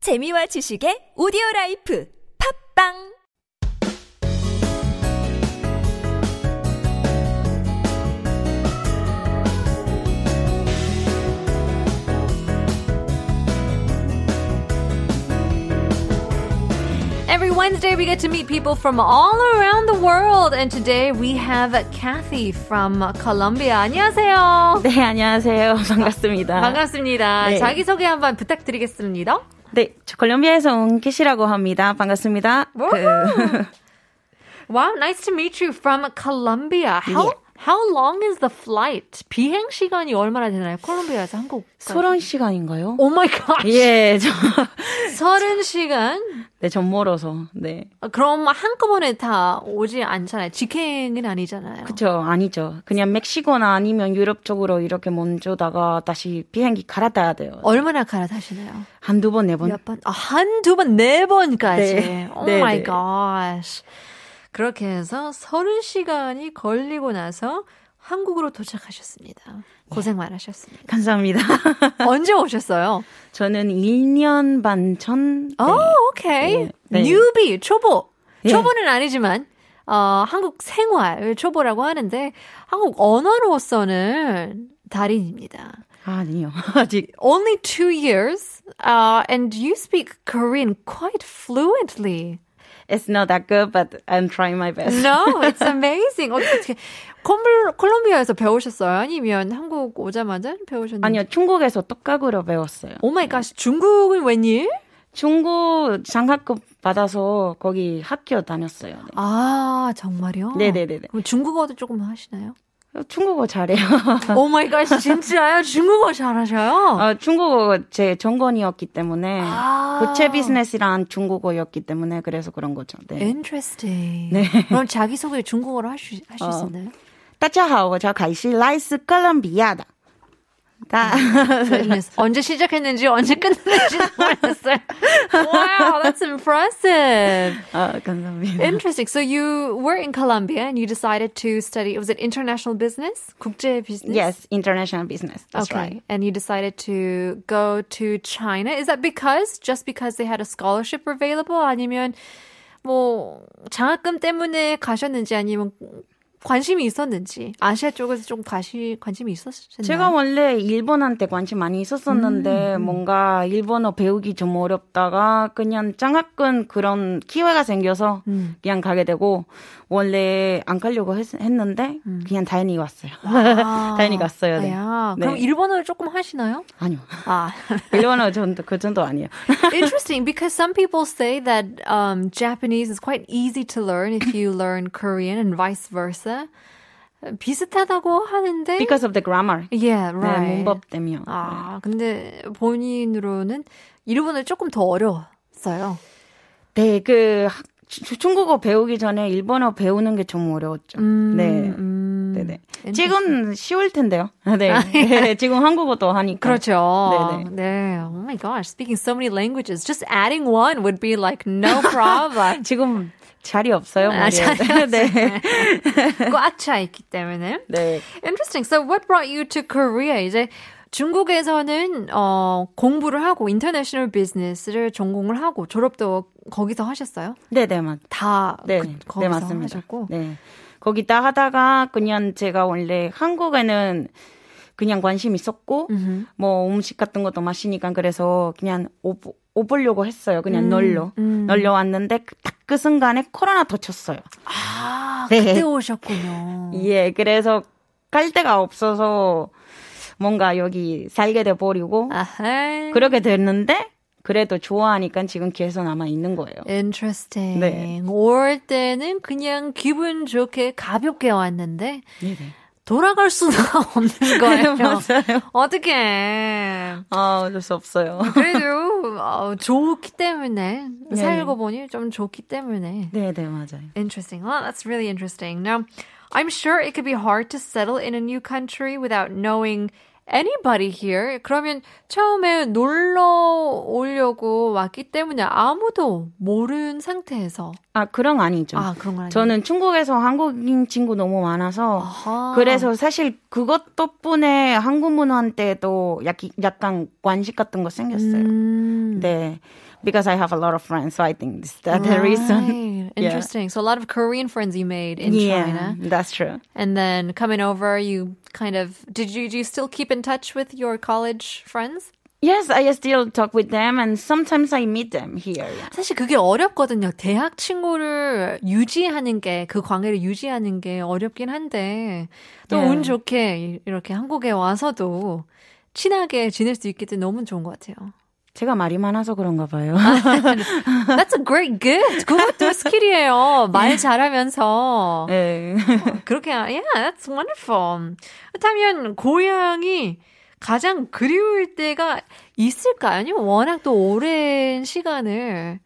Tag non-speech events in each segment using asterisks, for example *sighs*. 재미와 지식의 오디오 라이프 팝빵 Every Wednesday, we get to meet people from all around the world, and today we have Kathy from Colombia. 안녕하세요. 네, 안녕하세요. *laughs* 반갑습니다. 어? 반갑습니다. 네. 자기소개 한번 부탁드리겠습니다. 네, 저 콜롬비아에서 온 캐시라고 합니다. 반갑습니다. Woohoo! wow, nice to meet you from Colombia. How Yeah. how long is the flight? 비행 시간이 얼마나 되나요? 콜롬비아에서 한국. 서른 시간인가요? Oh my god. 예, 저, 서른 시간. 네, 전 멀어서, 네. 아, 그럼 한꺼번에 다 오지 않잖아요. 직행은 아니잖아요. 저 아니죠. 그냥 멕시코나 아니면 유럽 쪽으로 이렇게 먼저다가 다시 비행기 갈아타야 돼요. 얼마나 갈아타시나요? 한두 번, 네 번. 몇 번? 아, 한두 번, 네 번까지. 네. Oh 네, my 네. gosh. 그렇게 해서 서른 시간이 걸리고 나서 한국으로 네. 도착하셨습니다. 고생 많으셨습니다. 감사합니다. *laughs* 언제 오셨어요? 저는 1년 반 전. 네. 오, 오케이. 네, 네. 뉴비, 초보. 예. 초보는 아니지만, 어, 한국 생활 초보라고 하는데, 한국 언어로서는 달인입니다. 아, 아니요. *laughs* 아직. only two years, uh, and you speak Korean quite fluently. It's not that good, but I'm trying my best. *laughs* No, it's amazing. 어떻게 콜롬- 콜롬비아에서 배우셨어요? 아니면 한국 오자마자 배우셨나요? 아니요, 중국에서 똑각으로 배웠어요. 오 마이 갓, 중국은 웬일? 중국 장학금 받아서 거기 학교 다녔어요. 네. 아, 정말요? 네네네네. 그럼 중국어도 조금 *laughs* 하시나요? 중국어 잘해요. 오 마이 갓, Oh 진짜요? 중국어 잘하셔요? 어, 중국어 제 전공이었기 때문에 아. 고체 비즈니스랑 중국어였기 때문에 그래서 그런 거죠. 네. Interesting. 그럼 자기소개 중국어로 할 수 할 수 어. 있나요? 大家好,我叫凯西,来自哥伦比亚的. 다. *laughs* *laughs* goodness. 언제 시작했는지 언제 *laughs* 끝났는지 모르겠어요. wow, that's impressive. 아, 감사합니다. Interesting. So you were in Colombia and you decided to study. Was it international business? 국제 business. Yes, international business. That's okay. right. And you decided to go to China. Is that because just because they had a scholarship available? 아니면 뭐 장학금 때문에 가셨는지 아니면 관심이 있었는지 아시아 쪽에서 좀 관심 관심이 있었나요? 제가 원래 일본한테 관심 많이 음, 있었었는데 뭔가 일본어 배우기 좀 어렵다가 그냥 장학금 그런 기회가 생겨서 음. 그냥 가게 되고 원래 안 가려고 했, 는데 그냥 다행히 왔어요. *laughs* 다행히 갔어요. 네. 음. 아, 네. 그럼 일본어를 조금 하시나요? 아니요. 아, 일본어 전도 그 정도 아니에요. 네? interesting. Because some people say that um, Japanese is quite easy to learn if you learn Korean and vice versa. 비슷하다고 하는데. Because of the grammar. yeah, 네, right. 문법 네. 때문에. 아, 근데 본인으로는 일본을 조금 더 어려웠어요. 네, 그 학- 주- 중국어 배우기 전에 일본어 배우는 게 좀 어려웠죠. 음, 네. 네네. 지금 쉬울 텐데요. *laughs* 네. 지금 한국어도 하니까. 아, 예. 그렇죠. 네네. 네. Oh my gosh, speaking so many languages, just adding one would be like no *laughs* problem. 지금 자리 없어요. 아, 머리에. 자리 *laughs* 네. 꽉 차 있기 때문에. 네. Interesting. So what brought you to Korea? 이제 중국에서는 어, 공부를 하고 인터내셔널 비즈니스를 전공을 하고 졸업도 거기서 하셨어요? 네, 네, 맞. 다 네, 그, 거기서 네, 맞습니다. 하셨고. 네. 거기다 하다가 그냥 제가 원래 한국에는 그냥 관심 있었고 음. 뭐 음식 같은 것도 마시니까 그래서 그냥 오보, 오보려고 했어요. 음, 그냥 널려. 널려 왔는데 딱 그 순간에 코로나 터쳤어요. 아, 네. 그때 오셨군요. 예, 그래서 갈 데가 없어서 뭔가 여기 살게 돼 버리고 아하. 그렇게 됐는데 그래도 좋아하니까 지금 계속 남아 있는 거예요. Interesting. 네. 올 때는 그냥 기분 좋게 가볍게 왔는데 네네. 돌아갈 수가 *laughs* *laughs* 없는 거예요. 네, 맞아요. 어떻게? 아, 어쩔 수 없어요. 그래도 어, 좋기 때문에 네. 살고 보니 좀 좋기 때문에. 네네, 맞아요. Interesting. Well, that's really interesting. Now, I'm sure it could be hard to settle in a new country without knowing anybody here. 그러면 처음에 놀러 오려고 왔기 때문에 아무도 모르는 상태에서 아, 그런 거 아니죠. 아 그런 거 저는 중국에서 한국인 친구 너무 많아서 아하. 그래서 사실 그것 덕분에 한국 문화한테도 약, 약간 관심 같은 거 생겼어요. 음, 네. because I have a lot of friends, so I think it's that the reason. Right. Yeah. Interesting. So a lot of Korean friends you made in yeah, China. that's true. And then coming over, you kind of did you do you still keep in touch with your college friends? Yes, I still talk with them, and sometimes I meet them here. yeah. 사실 그게 어렵거든요. 대학 친구를 유지하는 게 그 관계를 유지하는 게 어렵긴 한데 또 네. 운 좋게 이렇게 한국에 와서도 친하게 지낼 수 있기 때문에 너무 좋은 것 같아요. 제가 말이 많아서 그런가 봐요. That's a great gift. *laughs* 그것도 스킬이에요. 말 *laughs* 잘하면서 네. 그렇게 yeah, that's wonderful. 그렇다면 고향이 가장 그리울 때가 있을까요? 아니면 워낙 또 오랜 시간을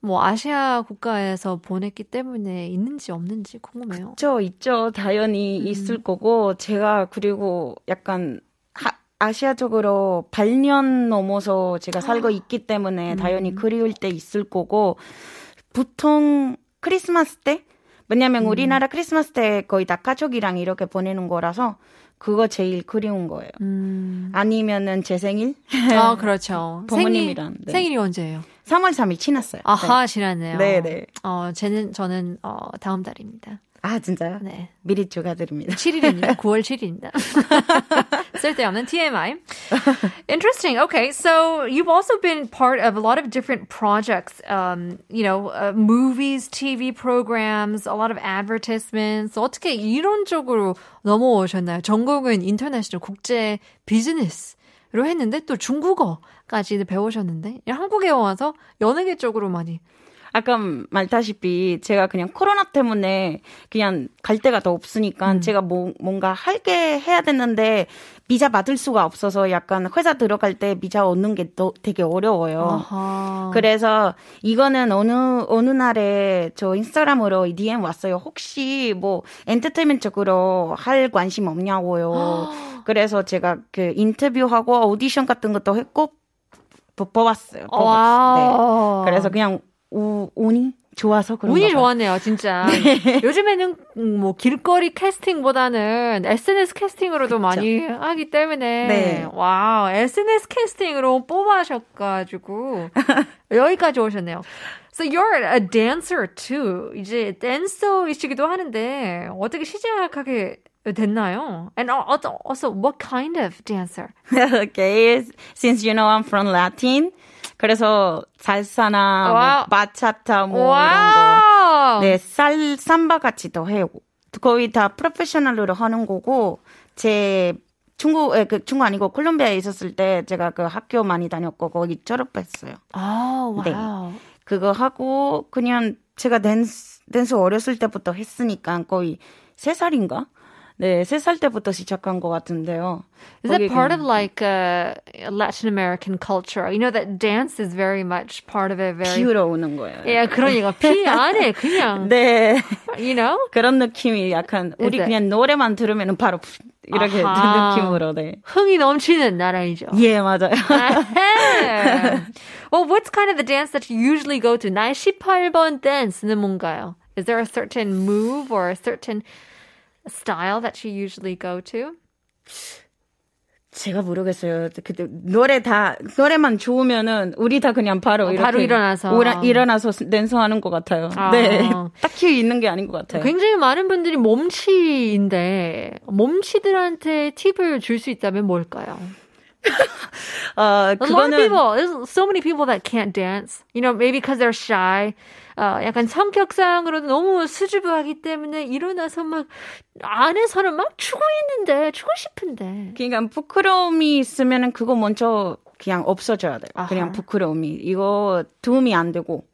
뭐 아시아 국가에서 보냈기 때문에 있는지 없는지 궁금해요. 있죠, 있죠. 당연히 있을 거고 제가 그리고 약간 하, 아시아적으로 8년 넘어서 제가 살고 있기 때문에 당연히 그리울 때 있을 거고 보통 크리스마스 때 왜냐면 우리나라 크리스마스 때 거의 다 가족이랑 이렇게 보내는 거라서 그거 제일 그리운 거예요. 음. 아니면은 제 생일 아 *laughs* 그렇죠. 부모님이랑, 생일, 네. 생일이 언제예요? 3월 3일 지났어요. 네. 아하 지났네요. 네, 네. 어 쟤는 저는 어 다음 달입니다. 아 진짜요? 네. 미리 축하드립니다. 7일입니다. 9월 7일입니다. 쓸데없는 TMI. Interesting. Okay, so you've also been part of a lot of different projects. Um, you know, uh, movies, TV programs, a lot of advertisements. 어떻게 이런 쪽으로 넘어오셨나요? 전공은 인터내셔널 국제 비즈니스로 했는데 또 중국어까지 배우셨는데 한국에 와서 연예계 쪽으로 많이. *laughs* 아까 말다시피 제가 그냥 코로나 때문에 그냥 갈 데가 더 없으니까 제가 뭐, 뭔가 할게 해야 되는데 비자 받을 수가 없어서 약간 회사 들어갈 때 비자 얻는 게 더, 되게 어려워요. 아하. 그래서 이거는 어느 어느 날에 저 인스타그램으로 DM 왔어요. 혹시 뭐 엔터테인먼트적으로 할 *gasps* 관심 없냐고요. 그래서 제가 그 인터뷰하고 오디션 같은 것도 했고 뽑- 뽑았어요. 뽑았어요. 네. 와우. 그래서 그냥 우, 운이 좋아서 그런 운이 거 봐요. 좋았네요, *laughs* 진짜. 요즘에는 음, 뭐 길거리 캐스팅보다는 SNS 캐스팅으로도 많이 하기 때문에 네. 와우 SNS 캐스팅으로 *laughs* 뽑아셔가지고 여기까지 오셨네요. So you're a dancer too. 이제 댄서이시기도 하는데 어떻게 시작하게 됐나요? And also, also what kind of dancer? *laughs* okay, since you know I'm from Latin, 그래서 살사나 와우. 뭐 바차타 뭐 이런 거, 와우. 네, 살 삼바 같이 도 해요. 거의 다 프로페셔널로 하는 거고 제 중국 에, 그 중국 아니고 콜롬비아에 있었을 때 제가 그 학교 많이 다녔고 거기 졸업했어요. 아, 네. 와우. 그거 하고 그냥 제가 댄스 댄스 어렸을 때부터 했으니까 거의 세 살인가? 네, 세 살 때부터 시작한 것 같은데요. Is that 거기 part 그냥- of like uh, Latin American culture? You know that dance is very much part of it. Very 비우러 오는 거예요. yeah, 그러니까 피 안에 그냥 네. *laughs* you know. 그런 느낌이 약간 우리 네. 그냥 노래만 들으면 바로 이렇게 아하. 느낌으로 네. 흥이 넘치는 나라이죠. 예, 맞아요. *laughs* 아하. well, what's kind of the dance that you usually go to? 98번 dance는 뭔가요? Is there a certain move or a certain style that you usually go to? 제가 모르겠어요. 그때 노래 다 노래만 좋으면은 우리 다 그냥 바로 이렇게 바로 일어나서. 오라- 일어나서 댄서하는 것 같아요. 아. 네, *laughs* 딱히 있는 게 아닌 것 같아요. 굉장히 많은 분들이 몸치인데 몸치들한테 팁을 줄 수 있다면 뭘까요? 그, A 어, lot of 그거는 people, there's so many people that can't dance. You know, maybe because they're shy. 어, 약간 성격상으로도 너무 수줍어하기 때문에 일어나서 막 안에서는 막 추고 있는데 추고 싶은데. 그러니까 부끄러움이 있으면은 그거 먼저 그냥 없어져야 돼요. 아하. 그냥 부끄러움이 이거 도움이 안 되고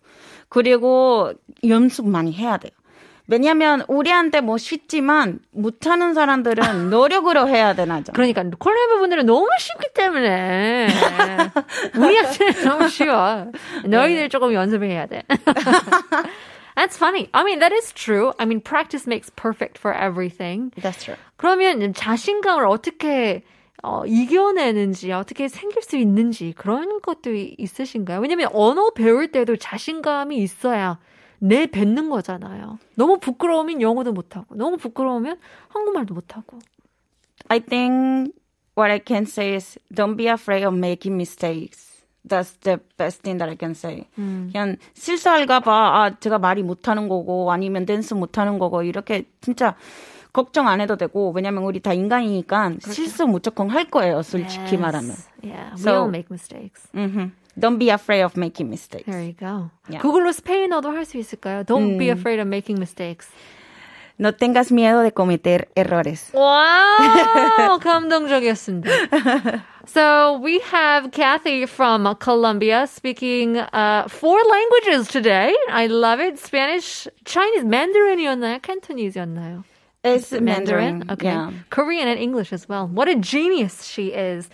그리고 연습 많이 해야 돼요. 왜냐면 우리한테 뭐 쉽지만 못하는 *laughs* 사람들은 노력으로 해야 되나죠. 그러니까 콜라보 분들은 너무 쉽기 *laughs* 때문에 우리한테 너무 쉬워. 네. 너희들 조금 연습을 해야 돼. *laughs* That's funny. I mean, that is true. I mean, practice makes perfect for everything. That's true. 그러면 자신감을 어떻게 어, 이겨내는지 어떻게 생길 수 있는지 그런 것도 이- 있으신가요? 왜냐면 언어 배울 때도 자신감이 있어야 내 뱉는 거잖아요. 너무 부끄러우면 영어도 못하고 너무 부끄러우면 한국말도 못하고. I think what I can say is don't be afraid of making mistakes. That's the best thing that I can say. 그냥 실수할까봐 아 제가 말이 못하는 거고 아니면 댄스 못하는 거고 이렇게 진짜 걱정 안 해도 되고 왜냐면 우리 다 인간이니까 실수 무조건 할 거예요 솔직히 말하면. Yeah, we So- all make mistakes. 음흠. Don't be afraid of making mistakes. There you go. Yeah. 음. 그걸로 스페인어도 할 수 있을까요? Don't be afraid of making mistakes. No tengas miedo de cometer errores. Wow, 감동적이었습니다. So we have Kathy from Colombia speaking uh, four languages today. I love it. Spanish, Chinese, Mandarin이었나요? Cantonese였나요? It's Okay. Yeah. Korean and English as well. What a genius she is.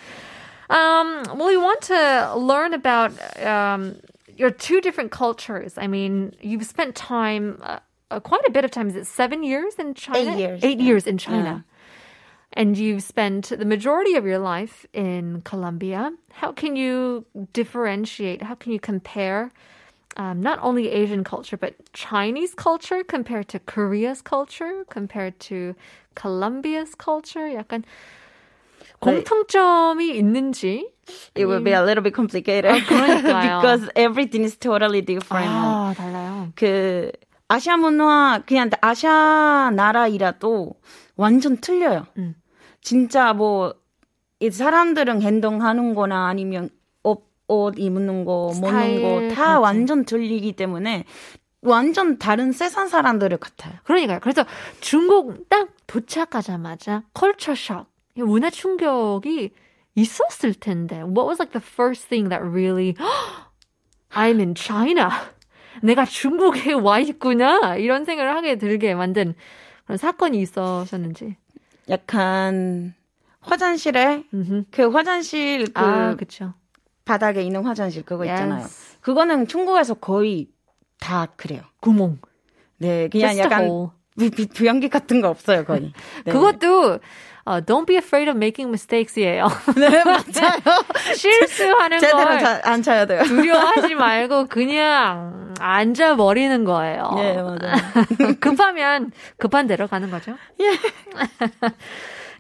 Um, well, we want to learn about um, your two different cultures. I mean, you've spent time, uh, uh, quite a bit of time. Is it seven years in China? Eight years, Eight yeah. years in China. And you've spent the majority of your life in Colombia. How can you differentiate? How can you compare um, not only Asian culture, but Chinese culture compared to Korea's culture, compared to Colombia's culture? 약간 공통점이 있는지. It will be a little bit complicated Oh, *laughs* 그러니까요. because everything is totally different. 아, 달라요. 그 아시아 문화 그냥 아시아 나라이라도 완전 틀려요. 음. 진짜 뭐 이 사람들은 행동하는거나 아니면 옷, 옷 입는 거, 스타일, 먹는 거 다 맞아. 완전 틀리기 때문에 완전 다른 세상 사람들을 같아요. 그러니까요. 그래서 중국 딱 도착하자마자 컬처 셔 문화 충격이 있었을 텐데. What was like the first thing that really *gasps* I'm in China. 내가 중국에 와 있구나. 이런 생각을 하게 들게 만든 그런 사건이 있으셨는지. 약간 화장실에 그 화장실 그 아, 그렇죠. 바닥에 있는 화장실 그거 Yes. 있잖아요. 그거는 중국에서 거의 다 그래요. 구멍. 네, Just 그냥 a hole. 약간 비, 비, 부연기 같은 거 없어요, 거의. *laughs* 네. 그것도 어, don't be afraid of making mistakes이에요. *laughs* 네, 맞아요. 실수하는 *laughs* 제대로 걸 자, 안 쳐야 돼요. 두려워하지 말고 그냥 앉아 버리는 거예요. 네, 맞아요. 급하면 급한 대로 가는 거죠. 예. *laughs*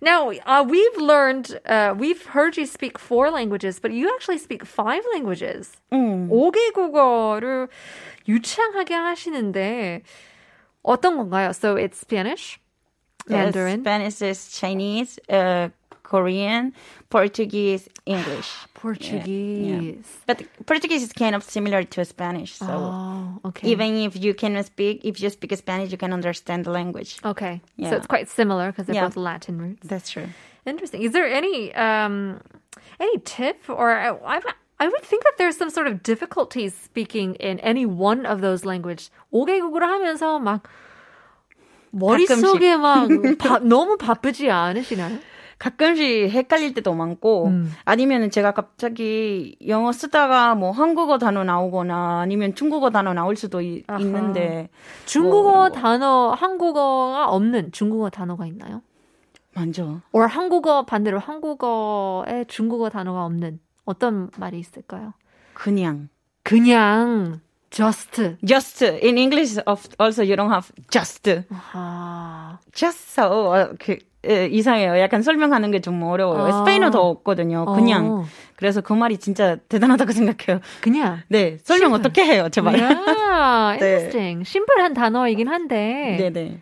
Now, uh, we've learned, uh, we've heard you speak four languages, but you actually speak five languages. 음. 5개 국어를 유창하게 하시는데 어떤 건가요? So it's Spanish, Mandarin, 네, Spanish is Chinese, uh, Korean, Portuguese, English. *sighs* Portuguese. But Portuguese is kind of similar to Spanish, so Oh, okay. even if you can speak, if you speak Spanish, you can understand the language. okay. So Yeah. it's quite similar because they're Yeah. both Latin roots. That's true. Interesting. Is there any um, any tip or I, I I would think that there's some sort of difficulties speaking in any one of those language. 5개국으로 하면서 막 머릿속에 막 *laughs* 바, 너무 바쁘지 않으시나요? 가끔씩 헷갈릴 때도 많고 아니면은 제가 갑자기 영어 쓰다가 뭐 한국어 단어 나오거나 아니면 중국어 단어 나올 수도 이- 아하. 있는데 중국어 이런 거. 단어, 한국어가 없는 중국어 단어가 있나요? 먼저 or 한국어 반대로 한국어에 중국어 단어가 없는 어떤 말이 있을까요? 그냥 그냥 just just in English of also you don't have just 아, just so 어, 그, 에, 이상해요. 약간 설명하는 게 좀 어려워요. 아. 스페인어 더 없거든요. 그냥 어. 그래서 그 말이 진짜 대단하다고 *laughs* 생각해요. 그냥 네 설명 심플. 어떻게 해요, 제발. 야, 네. interesting. 심플한 단어이긴 한데 네네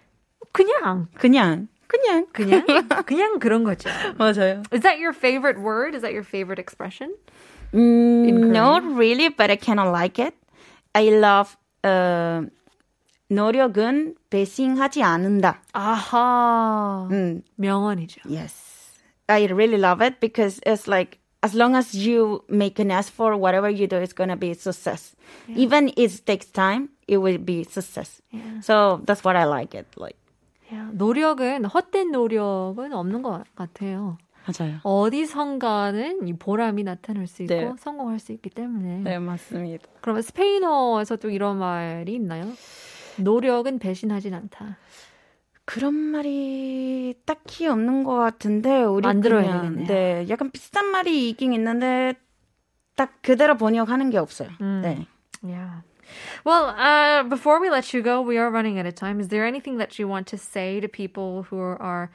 그냥 그냥 그냥 그냥 *laughs* 그냥 그런 거죠. 맞아요. Is that your favorite word? Is that your favorite expression? Mm, Korean? not really, but I kind of like it. I love uh, 노력은 배신하지 않는다. 아하. 음, 명언이죠. yes, I really love it because it's like as long as you make an effort for whatever you do, it's gonna be success. Even if it takes time, it will be success. So that's what I like it. Like 야, 노력은 헛된 노력은 없는 것 같아요. 맞아요. 어디선가는 이 보람이 나타날 수 있고 네. 성공할 수 있기 때문에. 네 맞습니다. 그러면 스페인어에서 또 이런 말이 있나요? 노력은 배신하진 않다. 그런 말이 딱히 없는 것 같은데 우리 만들어야 그냥 되겠네요. 네 약간 비슷한 말이 있긴 있는데 딱 그대로 번역하는 게 없어요. 네. Yeah. Well, uh, before we let you go, we are running out of time. Is there anything that you want to say to people who are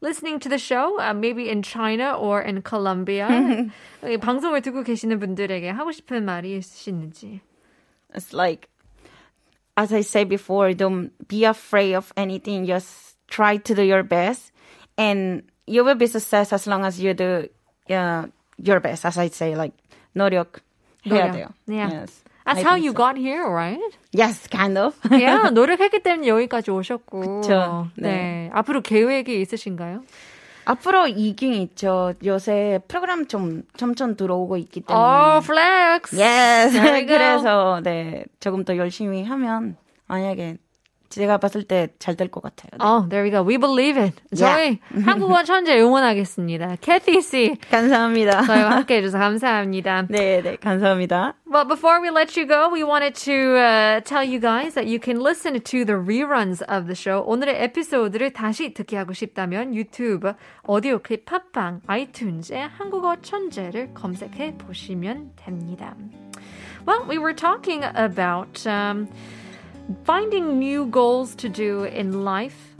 listening to the show, uh, maybe in China or in *laughs* Colombia. 이 방송을 듣고 계시는 분들에게 하고 싶은 말이 있으신지. It's like, as I said before, don't be afraid of anything. Just try to do your best, and you will be success as long as you do uh, your best. As I say, like 노력 해야 노력. 돼요. Yeah. Yes. That's I how think you so. got here, right? Yes, kind of. *laughs* Yeah, 노력했기 때문에 여기까지 오셨고. 그쵸, 네. 네. 앞으로 계획이 있으신가요? 앞으로 이긴 있죠. 요새 프로그램 좀 점점 들어오고 있기 때문에. 어, 플렉스. Oh, Yes. There you go. *laughs* 그래서 네 조금 더 열심히 하면 만약에 제가 봤을 때 잘 될 것 같아요. 네. Oh, there we go. We believe it. 저희 Yeah. 한국어 천재 응원하겠습니다. 캐티 씨, 감사합니다. 저희와 함께 해주셔서 감사합니다. *laughs* 네, 네, 감사합니다. But before we let you go, we wanted to uh, tell you guys that you can listen to the reruns of the show. 오늘의 에피소드를 다시 듣기 하고 싶다면 유튜브, 오디오 클립 팟빵, 아이튠즈에 한국어 천재를 검색해 보시면 됩니다. Well, we were talking about um, finding new goals to do in life.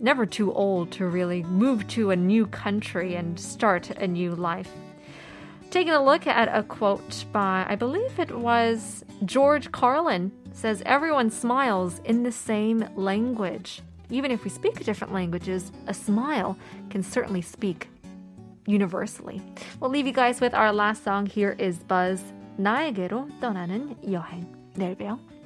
Never too old to really move to a new country and start a new life taking a look at a quote by I believe it was George Carlin says everyone smiles in the same language. Even if we speak different languages, a smile can certainly speak universally. We'll leave you guys with our last song. Here is Buzz 나에게로 떠나는 여행. 내일 봬요.